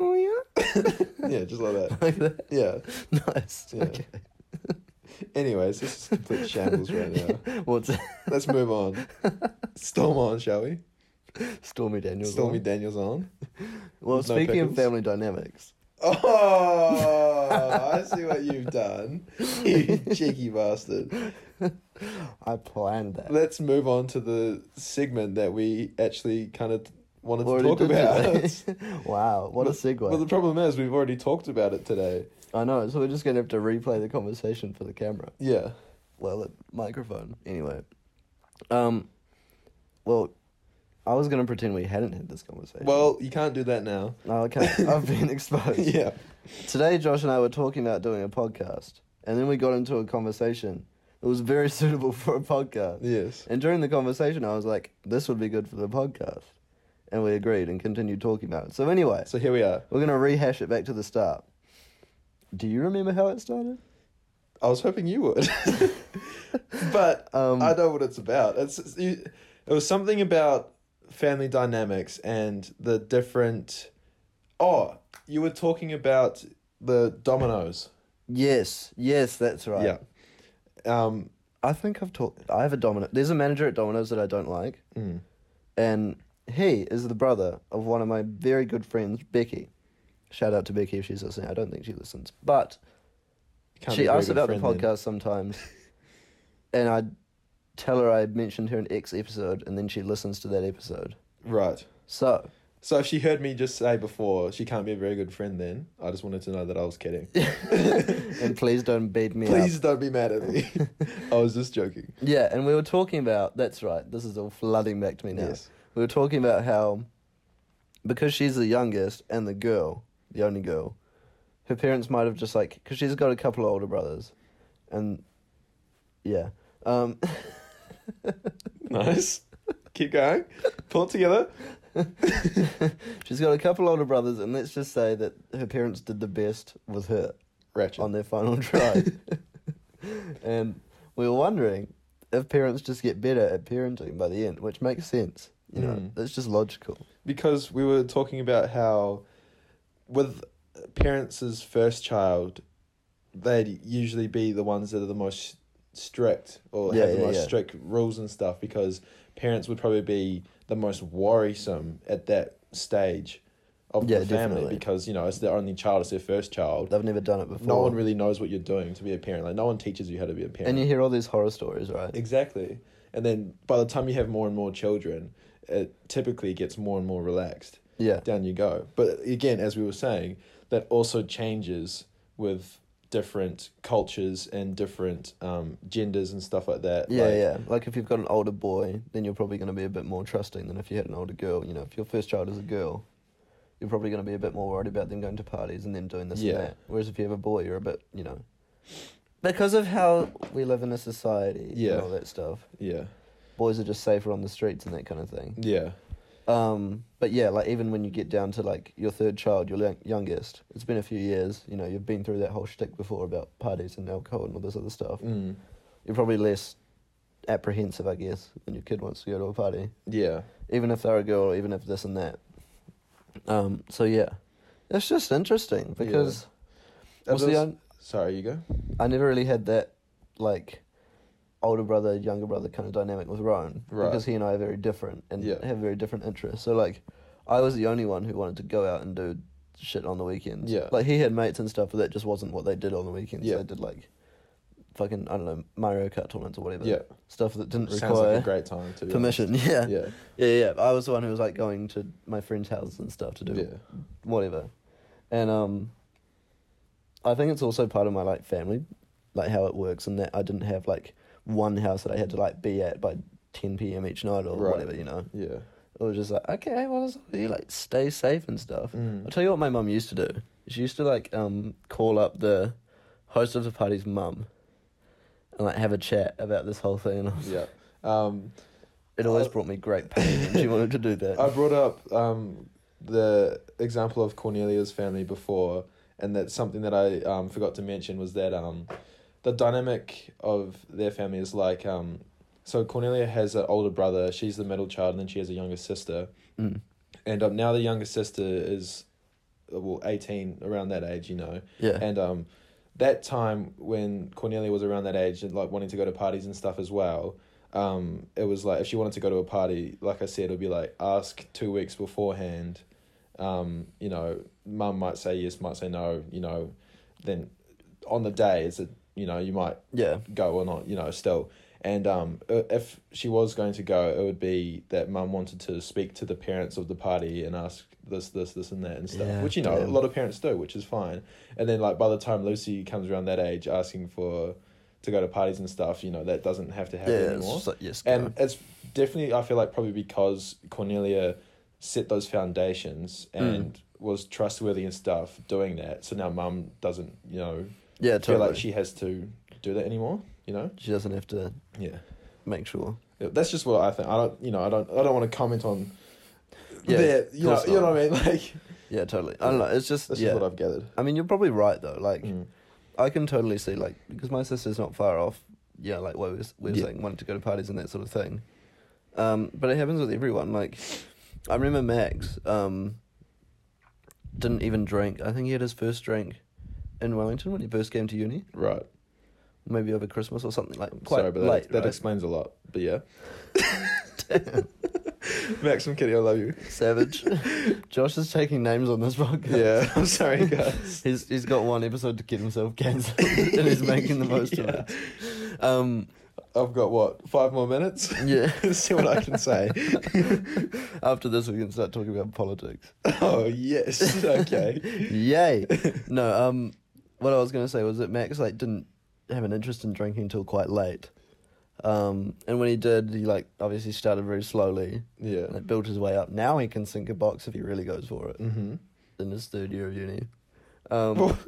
Speaker 1: oh
Speaker 3: yeah, just like
Speaker 1: yeah,
Speaker 3: that.
Speaker 1: like that.
Speaker 3: Yeah.
Speaker 1: Nice.
Speaker 3: Yeah.
Speaker 1: Okay.
Speaker 3: Anyways, this is complete shambles right now.
Speaker 1: What's
Speaker 3: Let's move on. Storm on, shall we?
Speaker 1: Stormy Daniels?
Speaker 3: Stormy
Speaker 1: on?
Speaker 3: Daniels on.
Speaker 1: Well,
Speaker 3: no
Speaker 1: speaking
Speaker 3: pickles.
Speaker 1: of family dynamics,
Speaker 3: Oh, I see what you've done, you cheeky bastard.
Speaker 1: I planned that.
Speaker 3: Let's move on to the segment that we actually kind of wanted
Speaker 1: Already
Speaker 3: to talk
Speaker 1: did
Speaker 3: about.
Speaker 1: today. wow, what a segue!
Speaker 3: Well, the problem is we've already talked about it today.
Speaker 1: I know, so we're just gonna have to replay the conversation for the camera.
Speaker 3: Yeah.
Speaker 1: Well, the microphone. Anyway, um, well, I was gonna pretend we hadn't had this conversation.
Speaker 3: Well, you can't do that now.
Speaker 1: oh, okay, I've been exposed.
Speaker 3: yeah.
Speaker 1: Today, Josh and I were talking about doing a podcast, and then we got into a conversation. It was very suitable for a podcast.
Speaker 3: Yes.
Speaker 1: And during the conversation, I was like, "This would be good for the podcast," and we agreed and continued talking about it. So anyway,
Speaker 3: So here we are.
Speaker 1: we're gonna rehash it back to the start. Do you remember how it started?
Speaker 3: I was hoping you would, but
Speaker 1: Um,
Speaker 3: I know what it's about. It's it's- you, it was something about family dynamics and the different. Oh, you were talking about the dominoes.
Speaker 1: Yes, yes, that's right.
Speaker 3: Yeah. Um.
Speaker 1: I think I've talked. I have a domino. There's a manager at Domino's that I don't like,
Speaker 3: Mm.
Speaker 1: and he is the brother of one of my very good friends, Becky. Shout out to Becky if she's listening. I don't think she listens, but
Speaker 3: can't be
Speaker 1: she
Speaker 3: a very
Speaker 1: asks
Speaker 3: good
Speaker 1: about the
Speaker 3: friend then.
Speaker 1: podcast sometimes, and I tell her I mentioned her in X episode, and then she listens to that episode.
Speaker 3: Right.
Speaker 1: So
Speaker 3: So if she heard me just say before, she can't be a very good friend. Then I just wanted to know that I was kidding.
Speaker 1: and please don't beat me up.
Speaker 3: Please don't be mad at me. I was just joking.
Speaker 1: Yeah, and we were talking about that's right. This is all flooding back to me now.
Speaker 3: Yes.
Speaker 1: We were talking about how because she's the youngest and the girl, the only girl, her parents might have just like because she's got a couple of older brothers, and yeah, um,
Speaker 3: Nice. Keep going. Pull it together.
Speaker 1: she's got a couple older brothers, and let's just say that her parents did the best with her
Speaker 3: Ratchet.
Speaker 1: on their final try, and we were wondering if parents just get better at parenting by the end, which makes sense. You know,
Speaker 3: Mm.
Speaker 1: it's just logical.
Speaker 3: because we were talking about how with parents' first child, they'd usually be the ones that are the most strict or
Speaker 1: Yeah,
Speaker 3: have the
Speaker 1: yeah,
Speaker 3: most
Speaker 1: yeah.
Speaker 3: strict rules and stuff because parents would probably be the most worrisome at that stage of
Speaker 1: Yeah,
Speaker 3: the family
Speaker 1: definitely.
Speaker 3: because you know it's their only child it's their first child
Speaker 1: They've never done it before.
Speaker 3: no one really knows what you're doing to be a parent like no one teaches you how to be a parent
Speaker 1: And you hear all these horror stories, right?
Speaker 3: Exactly. And then by the time you have more and more children, it typically gets more and more relaxed.
Speaker 1: Yeah.
Speaker 3: Down you go. But again, as we were saying, that also changes with different cultures and different um, genders and stuff like that.
Speaker 1: Yeah,
Speaker 3: Like,
Speaker 1: yeah. Like if you've got an older boy, then you're probably going to be a bit more trusting than if you had an older girl. You know, if your first child is a girl, you're probably going to be a bit more worried about them going to parties and then doing this
Speaker 3: Yeah.
Speaker 1: and that. Whereas if you have a boy, you're a bit, you know, because of how we live in a society
Speaker 3: Yeah.
Speaker 1: and all that stuff.
Speaker 3: Yeah.
Speaker 1: Boys are just safer on the streets and that kind of thing.
Speaker 3: Yeah.
Speaker 1: Um, but yeah, like even when you get down to like your third child, your young- youngest, it's been a few years. You know, you've been through that whole shtick before about parties and alcohol and all this other stuff.
Speaker 3: Mm.
Speaker 1: you're probably less apprehensive, I guess, when your kid wants to go to a party,
Speaker 3: Yeah.
Speaker 1: even if they're a girl, even if this and that. Um, so yeah, it's just interesting
Speaker 3: Yeah.
Speaker 1: because
Speaker 3: It
Speaker 1: also,
Speaker 3: was-
Speaker 1: yeah,
Speaker 3: Sorry, you go.
Speaker 1: I never really had that like older brother, younger brother kind of dynamic with Rowan
Speaker 3: Right.
Speaker 1: because he and I are very different and
Speaker 3: Yeah.
Speaker 1: have very different interests. So like, I was the only one who wanted to go out and do shit on the weekends.
Speaker 3: Yeah.
Speaker 1: like he had mates and stuff, but that just wasn't what they did on the weekends.
Speaker 3: Yeah.
Speaker 1: they did like. Fucking, I don't know, Mario Kart tournaments or whatever.
Speaker 3: Yeah.
Speaker 1: Stuff that didn't
Speaker 3: Sounds
Speaker 1: require
Speaker 3: like a great time to be
Speaker 1: permission. Yeah.
Speaker 3: honest.
Speaker 1: yeah,
Speaker 3: Yeah.
Speaker 1: yeah, I was the one who was like going to my friend's house and stuff to do
Speaker 3: Yeah.
Speaker 1: whatever, and um, I think it's also part of my like family, like how it works, and that I didn't have like one house that I had to like be at by ten p.m. each night or
Speaker 3: Right.
Speaker 1: whatever, you know.
Speaker 3: Yeah.
Speaker 1: It was just like okay, well, it's- you like stay safe and stuff.
Speaker 3: Mm.
Speaker 1: I'll tell you what my mum used to do. She used to like um call up the host of the party's mum. And like have a chat about this whole thing, and I was
Speaker 3: Yeah. Um,
Speaker 1: it always brought me great pain when she wanted to do that.
Speaker 3: I brought up um, the example of Cornelia's family before, and that's something that I um, forgot to mention was that um, the dynamic of their family is like um, so Cornelia has an older brother. She's the middle child, and then she has a younger sister.
Speaker 1: Mm.
Speaker 3: And um, now the younger sister is, uh, well, eighteen around that age, you know.
Speaker 1: Yeah.
Speaker 3: And um, that time when Cornelia was around that age and like wanting to go to parties and stuff as well, um, it was like if she wanted to go to a party, like I said, it would be like ask two weeks beforehand. Um, you know, mum might say yes, might say no. You know, then on the day, is it you know you might
Speaker 1: yeah.
Speaker 3: go or not, you know, still. And um, i- if she was going to go, it would be that mum wanted to speak to the parents of the party and ask this, this, this, and that and stuff,
Speaker 1: Yeah,
Speaker 3: which, you know,
Speaker 4: damn.
Speaker 3: a lot of parents do, which is fine. And then, like, by the time Lucy comes around that age asking for to go to parties and stuff, you know, that doesn't have to
Speaker 1: Yeah.
Speaker 3: happen
Speaker 1: It's
Speaker 3: anymore.
Speaker 1: just like, yes.
Speaker 3: And
Speaker 1: go.
Speaker 3: it's definitely, I feel like, probably because Cornelia set those foundations
Speaker 1: Mm.
Speaker 3: and was trustworthy and stuff doing that. So now mum doesn't, you know,
Speaker 1: yeah.
Speaker 3: feel
Speaker 1: Totally.
Speaker 3: like she has to do that anymore, you know?
Speaker 1: she doesn't have to
Speaker 3: Yeah.
Speaker 1: make sure.
Speaker 3: Yeah, That's just what I think. I don't, you know, I don't, I don't want to comment on.
Speaker 1: Yeah,
Speaker 3: Yeah, you know,
Speaker 1: course
Speaker 3: you know what I mean. Like
Speaker 1: Yeah. Totally. I don't know. It's just
Speaker 3: that's
Speaker 1: yeah.
Speaker 3: just what I've gathered.
Speaker 1: I mean, you're probably right though. Like,
Speaker 3: Mm.
Speaker 1: I can totally see like because my sister's not far off. Yeah, like what we was, we were
Speaker 3: Yeah.
Speaker 1: saying, wanting to go to parties and that sort of thing. Um, but it happens with everyone. Like, I remember Max um, didn't even drink. I think he had his first drink in Wellington when he first came to uni,
Speaker 3: Right.
Speaker 1: maybe over Christmas or something like quite
Speaker 3: Sorry, but
Speaker 1: late.
Speaker 3: that, that
Speaker 1: right?
Speaker 3: explains a lot. But yeah. Max, I'm kidding. I love you.
Speaker 1: Savage. Josh is taking names on this podcast.
Speaker 3: Yeah, I'm sorry, guys.
Speaker 1: He's he's got one episode to get himself cancelled, and he's making the most of it. Um,
Speaker 3: I've got what five more minutes.
Speaker 1: yeah.
Speaker 3: See what I can say.
Speaker 1: After this, we can start talking about politics.
Speaker 3: oh yes. Okay.
Speaker 1: Yay! No, um, what I was gonna say was that Max like didn't have an interest in drinking until quite late, um, and when he did, he like obviously started very slowly,
Speaker 3: Yeah.
Speaker 1: like built his way up. Now he can sink a box if he really goes for it
Speaker 3: Mm-hmm.
Speaker 1: in his third year of uni. Um,
Speaker 3: Well,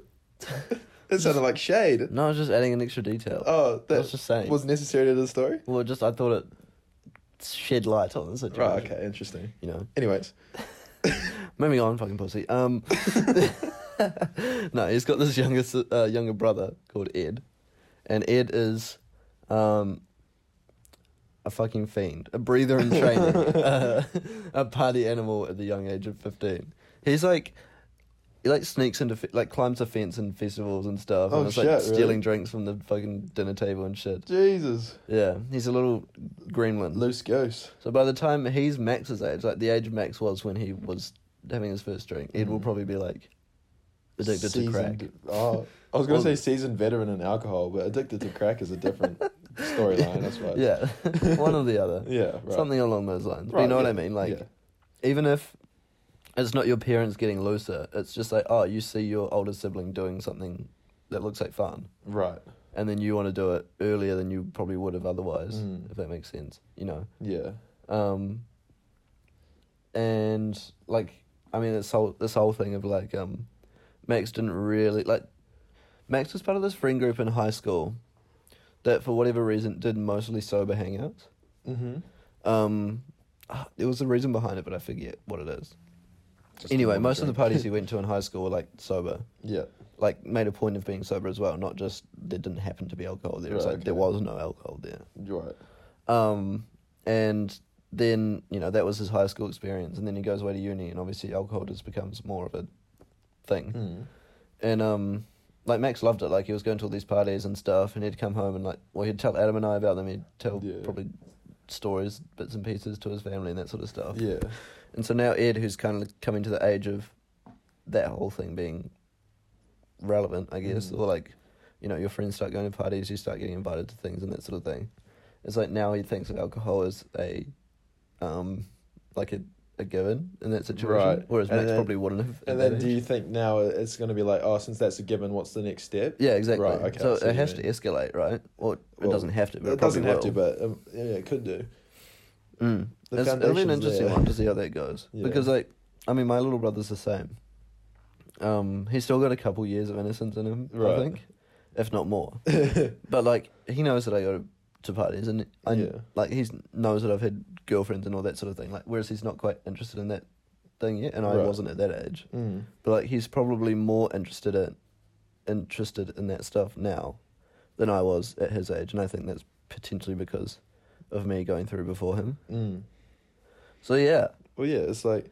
Speaker 3: it sounded like shade.
Speaker 1: no, I was just adding an extra detail.
Speaker 3: Oh,
Speaker 1: I
Speaker 3: that
Speaker 1: was just saying.
Speaker 3: was necessary to the story.
Speaker 1: Well, just I thought it shed light on the situation.
Speaker 3: Right. Okay. Interesting.
Speaker 1: You know,
Speaker 3: Anyways.
Speaker 1: moving on, fucking pussy. Um, no, he's got this younger si- uh, younger brother called Ed, and Ed is, um, a fucking fiend, a breather in training, uh, a party animal at the young age of fifteen. He's like. He like sneaks into fe- like climbs a fence in festivals and stuff,
Speaker 3: Oh,
Speaker 1: and it's
Speaker 3: shit,
Speaker 1: like
Speaker 3: really?
Speaker 1: stealing drinks from the fucking dinner table and shit.
Speaker 3: Jesus.
Speaker 1: Yeah, he's a little gremlin.
Speaker 3: Loose goose.
Speaker 1: So by the time he's Max's age, like the age Max was when he was having his first drink, Ed will
Speaker 3: Mhm.
Speaker 1: probably be like addicted to crack.
Speaker 3: Seasoned- Oh, I was
Speaker 1: Well-
Speaker 3: going to say seasoned veteran in alcohol, but addicted to crack is a different storyline. That's why.
Speaker 1: Yeah, one or the other,
Speaker 3: Yeah. Right.
Speaker 1: something along those lines. But you
Speaker 3: Right,
Speaker 1: know what
Speaker 3: yeah,
Speaker 1: I mean? Like
Speaker 3: yeah.
Speaker 1: even if it's not your parents getting looser, it's just like oh, you see your older sibling doing something that looks like fun,
Speaker 3: Right.
Speaker 1: and then you want to do it earlier than you probably would have otherwise,
Speaker 3: Mm.
Speaker 1: if that makes sense. You know.
Speaker 3: Yeah.
Speaker 1: um and like i mean this whole this whole thing of like um max didn't really like max was part of this friend group in high school that for whatever reason did mostly sober hangouts
Speaker 3: Mm-hmm.
Speaker 1: um ah, there was a reason behind it but i forget what it is anyway most of the parties he went to in high school were like sober
Speaker 3: Yeah.
Speaker 1: like made a point of being sober as well not just there didn't happen to be alcohol there it's
Speaker 3: Right,
Speaker 1: like there
Speaker 3: okay.
Speaker 1: was no alcohol there
Speaker 3: You're right.
Speaker 1: um, and then, you know, that was his high school experience. And then he goes away to uni, and obviously alcohol just becomes more of a thing.
Speaker 3: Mm.
Speaker 1: And, um, like, Max loved it. Like, he was going to all these parties and stuff, and he'd come home and, like, well, he'd tell Adam and I about them. He'd tell
Speaker 3: Yeah.
Speaker 1: probably stories, bits and pieces to his family and Oh, that sort of stuff.
Speaker 3: Yeah.
Speaker 1: And so now Ed, who's kind of coming to the age of that whole thing being relevant, I guess,
Speaker 3: Mm.
Speaker 1: or like, you know, your friends start going to parties, you start getting invited to things and that sort of thing. It's like now he thinks of alcohol as a, um, like a, a given in that situation,
Speaker 3: Right.
Speaker 1: whereas
Speaker 3: And
Speaker 1: Max
Speaker 3: then-
Speaker 1: probably wouldn't have. at
Speaker 3: And
Speaker 1: that
Speaker 3: then do
Speaker 1: age.
Speaker 3: you think now it's going to be like, oh, since that's a given, what's the next step?
Speaker 1: yeah, exactly.
Speaker 3: Right, okay,
Speaker 1: so
Speaker 3: I see what
Speaker 1: it
Speaker 3: you
Speaker 1: has to
Speaker 3: mean.
Speaker 1: escalate, right? Or it
Speaker 3: Well,
Speaker 1: doesn't have to. But it,
Speaker 3: it doesn't
Speaker 1: probably
Speaker 3: have to,
Speaker 1: will.
Speaker 3: but um, yeah, it could do.
Speaker 1: Mm. It's- it'll be
Speaker 3: The
Speaker 1: an
Speaker 3: foundation's
Speaker 1: interesting
Speaker 3: there.
Speaker 1: one to see how that goes
Speaker 3: Yeah.
Speaker 1: because like I mean my little brother's the same. Um, he's still got a couple years of innocence in him,
Speaker 3: Right.
Speaker 1: I think, if not more. but like he knows that I go to, to parties and I
Speaker 3: Yeah.
Speaker 1: like he knows that I've had girlfriends and all that sort of thing. Like whereas he's not quite interested in that thing yet, and I
Speaker 3: Right.
Speaker 1: wasn't at that age.
Speaker 3: Mm.
Speaker 1: But like he's probably more interested in interested in that stuff now than I was at his age, and I think that's potentially because of me going through before him.
Speaker 3: Mm.
Speaker 1: So yeah,
Speaker 3: Well, yeah, it's like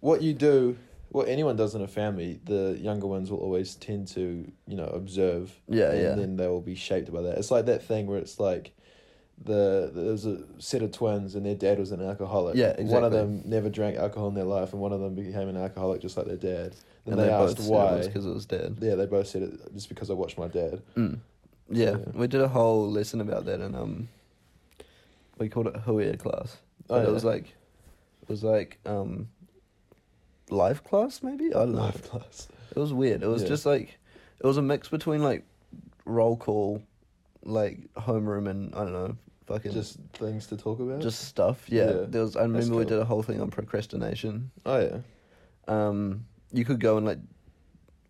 Speaker 3: what you do, what anyone does in a family, the younger ones will always tend to, you know, observe.
Speaker 1: Yeah,
Speaker 3: and
Speaker 1: yeah.
Speaker 3: then they will be shaped by that. It's like that thing where it's like the there's a set of twins and their dad was an alcoholic.
Speaker 1: Yeah,
Speaker 3: One of
Speaker 1: exactly.
Speaker 3: them never drank alcohol in their life, and one of them became an alcoholic just like their dad. And, they,
Speaker 1: they
Speaker 3: asked
Speaker 1: both
Speaker 3: why.
Speaker 1: because it was dead.
Speaker 3: yeah, they both said it just because I watched my dad.
Speaker 1: Mm. Yeah,
Speaker 3: Yeah.
Speaker 1: we did a whole lesson about that, and um, we called it Huia class.
Speaker 3: Oh,
Speaker 1: But
Speaker 3: yeah.
Speaker 1: It was like, it was like um, life class maybe. I don't know.
Speaker 3: Life class.
Speaker 1: It was weird. It was
Speaker 3: Yeah.
Speaker 1: just like, it was a mix between like, roll call, like homeroom, and I don't know, fucking just
Speaker 3: Just things to talk about.
Speaker 1: just stuff. Yeah,
Speaker 3: Yeah.
Speaker 1: there was. I remember we
Speaker 3: cool.
Speaker 1: did a whole thing on procrastination.
Speaker 3: oh yeah.
Speaker 1: Um, you could go and like,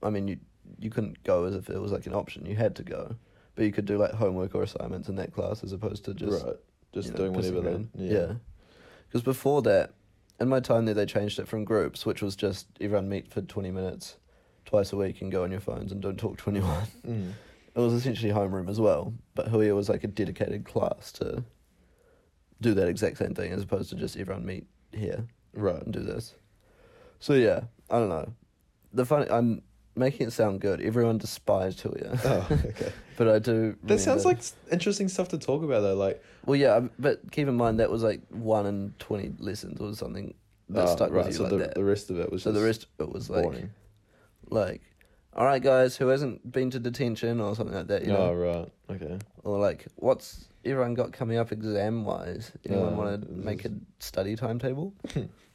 Speaker 1: I mean, you you couldn't go as if it was like an option. You had to go, but you could do like homework or assignments in that class as opposed to just
Speaker 3: right. Just
Speaker 1: you know,
Speaker 3: doing whatever
Speaker 1: pissing
Speaker 3: they.
Speaker 1: around. yeah. Because before that, in my time there, they changed it from groups, which was just everyone meet for twenty minutes, twice a week, and go on your phones and don't talk to anyone.
Speaker 3: Mm.
Speaker 1: It was essentially homeroom as well, but Huia was like a dedicated class to do that exact same thing as opposed to just everyone meet here
Speaker 3: Right.
Speaker 1: and do this. So yeah, I don't know. The funny, I'm making it sound good. Everyone despised Huia,
Speaker 3: Oh, okay.
Speaker 1: but I do.
Speaker 3: That sounds
Speaker 1: remember-
Speaker 3: like s- interesting stuff to talk about, though. Like,
Speaker 1: well, yeah, I'm- but keep in mind that was like one in twenty lessons or something that
Speaker 3: oh,
Speaker 1: stuck with
Speaker 3: right,
Speaker 1: you
Speaker 3: so
Speaker 1: like
Speaker 3: the,
Speaker 1: that.
Speaker 3: the rest of it was
Speaker 1: so
Speaker 3: just
Speaker 1: the rest of it was like,
Speaker 3: boring.
Speaker 1: like, all right, guys, who hasn't been to detention or something like that, you
Speaker 3: oh,
Speaker 1: know,
Speaker 3: right. Okay.
Speaker 1: or like, what's everyone got coming up exam wise? Anyone
Speaker 3: Uh,
Speaker 1: want to
Speaker 3: this
Speaker 1: make a study timetable?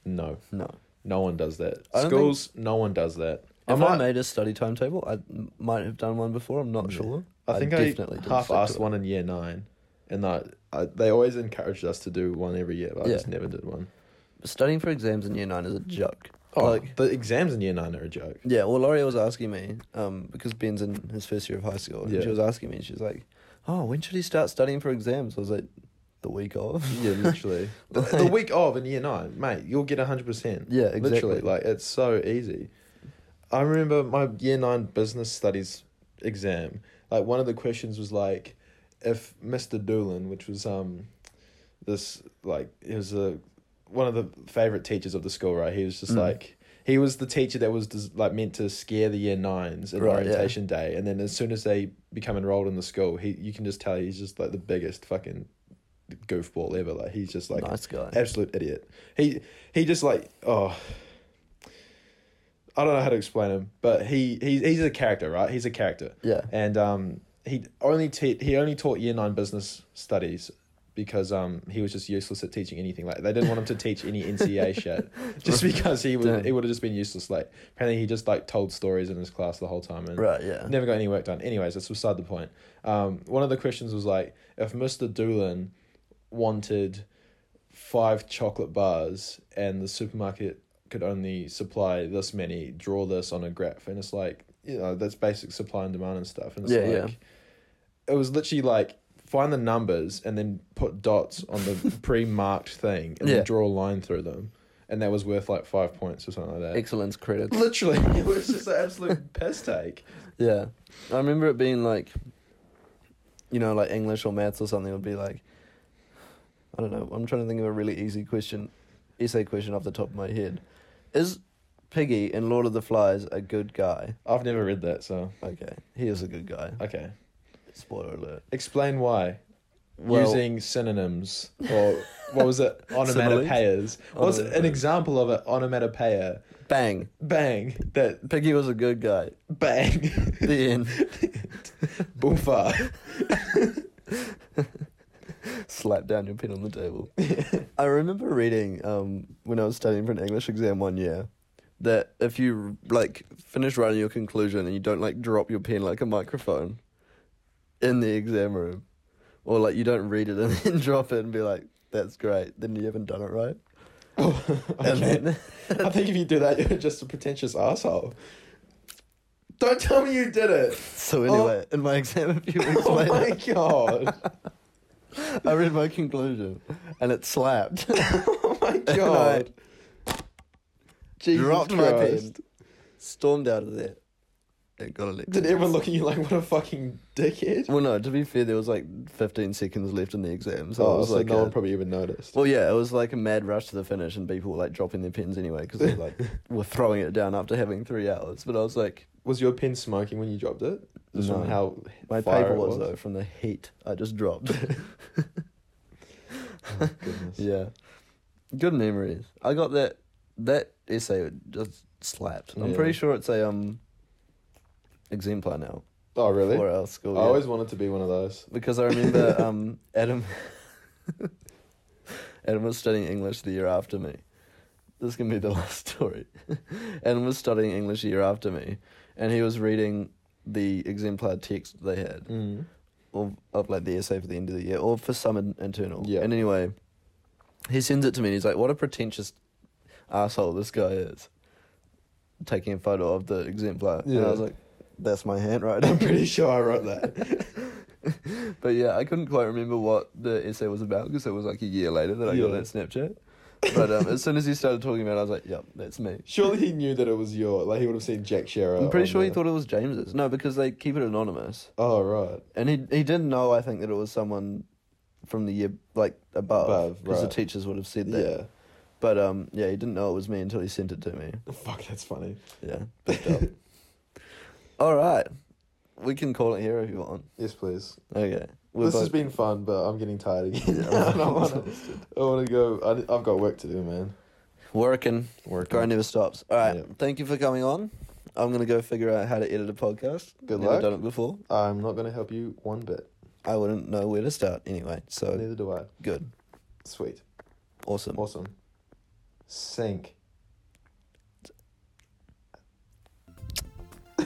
Speaker 3: No,
Speaker 1: No.
Speaker 3: no one does that.
Speaker 1: I don't think-
Speaker 3: Schools, no one does that.
Speaker 1: If I,
Speaker 3: might-
Speaker 1: made a study timetable, I m- might have done one before. I'm not
Speaker 3: Yeah.
Speaker 1: sure.
Speaker 3: I think I,
Speaker 1: did
Speaker 3: half
Speaker 1: stick to
Speaker 3: asked
Speaker 1: it.
Speaker 3: one in year nine, and I, I, they always encouraged us to do one every year, but I
Speaker 1: Yeah.
Speaker 3: just never did one.
Speaker 1: Studying for exams in year nine is a joke.
Speaker 3: Oh,
Speaker 1: Like,
Speaker 3: the exams in year nine are a joke.
Speaker 1: Yeah, well, Laurie was asking me um, because Ben's in his first year of high school, and
Speaker 3: Yeah.
Speaker 1: she was asking me, she's like, "Oh, when should he start studying for exams?" I was like, "The week of."
Speaker 3: Yeah, literally. the, the week of in year nine, mate, you'll get hundred percent.
Speaker 1: Yeah, exactly.
Speaker 3: Literally, like it's so easy. I remember my year nine business studies exam. Like one of the questions was like, if Mr. Doolin, which was um, this like he was a one of the favorite teachers of the school, right? He was just
Speaker 1: Mm.
Speaker 3: like. He was the teacher that was des- like meant to scare the year nines at
Speaker 1: Right, yeah.
Speaker 3: orientation day, and then as soon as they become enrolled in the school, he you can just tell he's just like the biggest fucking goofball ever. Like he's just like
Speaker 1: nice guy.
Speaker 3: absolute idiot. He he just like oh I don't know how to explain him, but he, he he's a character, right? He's a character.
Speaker 1: yeah,
Speaker 3: And um he only te- he only taught year 9 business studies because um he was just useless at teaching anything. Like they didn't want him to teach any NCA shit just because he would
Speaker 1: Damn.
Speaker 3: he would have just been useless like apparently he just like told stories in his class the whole time and
Speaker 1: right. Yeah,
Speaker 3: Never got any work done. Anyways, that's beside the point. Um, one of the questions was like, if Mr. Doolin wanted five chocolate bars and the supermarket could only supply this many, draw this on a graph. And it's like, you know, that's basic supply and demand and stuff. And it's
Speaker 1: Yeah,
Speaker 3: like,
Speaker 1: yeah.
Speaker 3: it was literally like, find the numbers and then put dots on the pre marked thing and
Speaker 1: Yeah.
Speaker 3: then draw a line through them. And that was worth like five points or something like that.
Speaker 1: excellence credits.
Speaker 3: Literally, it was just an absolute piss take.
Speaker 1: Yeah, I remember it being like, you know, like English or maths or something would be like, I don't know. I'm trying to think of a really easy question, essay question off the top of my head. Is Piggy in Lord of the Flies a good guy?
Speaker 3: I've never read that, so
Speaker 1: Okay, he is a good guy.
Speaker 3: Okay.
Speaker 1: Spoiler alert.
Speaker 3: Explain why.
Speaker 1: Well-
Speaker 3: Using synonyms or what was it? Onomatopoeias. What was an
Speaker 1: Onomatopoeias.
Speaker 3: example of an onomatopoeia?
Speaker 1: Bang.
Speaker 3: Bang. That
Speaker 1: Piggy was a good guy.
Speaker 3: bang.
Speaker 1: The end.
Speaker 3: Boofa.
Speaker 1: Slap down your pen on the table. I remember reading um, when I was studying for an English exam one year that if you like finish writing your conclusion and you don't like drop your pen like a microphone in the exam room, or like you don't read it and then drop it and be like, "That's great," then you haven't done it right. And then-
Speaker 3: I think if you do that, you're just a pretentious asshole. Don't tell me you did it.
Speaker 1: so anyway, in Oh. my exam a few weeks
Speaker 3: Oh
Speaker 1: later,
Speaker 3: my god.
Speaker 1: I read my conclusion and it slapped.
Speaker 3: Oh my
Speaker 1: And
Speaker 3: god.
Speaker 1: I
Speaker 3: Jesus
Speaker 1: dropped my
Speaker 3: Christ.
Speaker 1: pen, stormed out of there, it got elected.
Speaker 3: Did everyone look at you like what a fucking dickhead?
Speaker 1: Well, no. To be fair, there was like 15 seconds left in the exam, so it
Speaker 3: oh,
Speaker 1: was
Speaker 3: so
Speaker 1: like
Speaker 3: no
Speaker 1: a-
Speaker 3: one probably even noticed.
Speaker 1: Well, yeah, it was like a mad rush to the finish, and people were like dropping their pens anyway because they like were throwing it down after having three hours. But I was like,
Speaker 3: Was your pen smoking when you dropped it? Just
Speaker 1: No.
Speaker 3: from how
Speaker 1: my
Speaker 3: fire
Speaker 1: paper
Speaker 3: it
Speaker 1: was, though from the heat I just dropped.
Speaker 3: Oh, goodness.
Speaker 1: yeah, good memories. I got that that essay just slapped. I'm
Speaker 3: Yeah.
Speaker 1: pretty sure it's a um exemplar now
Speaker 3: Oh really? Oh,
Speaker 1: for our school.
Speaker 3: I
Speaker 1: yeah.
Speaker 3: always wanted to be one of those.
Speaker 1: because I remember um, Adam Adam was studying English the year after me. This can be the last story. Adam was studying English the year after me, and he was reading the exemplar text they had
Speaker 3: Mm.
Speaker 1: of, of like the essay for the end of the year or for some in- internal.
Speaker 3: Yeah.
Speaker 1: And anyway, he sends it to me and he's like, "What a pretentious asshole this guy is." Taking a photo of the exemplar, and I
Speaker 3: Yeah.
Speaker 1: was like, "That's my handwriting."
Speaker 3: I'm pretty sure I wrote that.
Speaker 1: But yeah, I couldn't quite remember what the essay was about because it was like a year later that I got
Speaker 3: Yeah.
Speaker 1: that Snapchat. But um, as soon as he started talking about it, I was like, yep, that's me.
Speaker 3: Surely he knew that it was your. Like he would have seen Jack Shearer.
Speaker 1: I'm pretty
Speaker 3: on
Speaker 1: sure he
Speaker 3: the-
Speaker 1: thought it was James's. No, because they keep it anonymous.
Speaker 3: Oh right.
Speaker 1: And he he didn't know, I think, that it was someone from the year, like, above.
Speaker 3: Above,
Speaker 1: Because
Speaker 3: right.
Speaker 1: the teachers would have said that. But um, yeah, he didn't know it was me until he sent it to me.
Speaker 3: Yeah. Fuck, that's funny.
Speaker 1: Yeah. picked up. All right. We can call it here if you want.
Speaker 3: Yes, please.
Speaker 1: Okay. We're
Speaker 3: this has
Speaker 1: both-
Speaker 3: been fun, but I'm getting tired again. I want to. I want to go. I, I've got work to do, man.
Speaker 1: Working.
Speaker 3: Work.
Speaker 1: Grind never stops. All right.
Speaker 3: Yep.
Speaker 1: Thank you for coming on. I'm gonna go figure out how to edit a podcast.
Speaker 3: Good
Speaker 1: Never
Speaker 3: luck.
Speaker 1: Done it before.
Speaker 3: I'm not going to help you one bit.
Speaker 1: I wouldn't know where to start anyway. So
Speaker 3: Neither do I.
Speaker 1: good.
Speaker 3: Sweet.
Speaker 1: Awesome.
Speaker 3: Awesome. Sink.
Speaker 1: All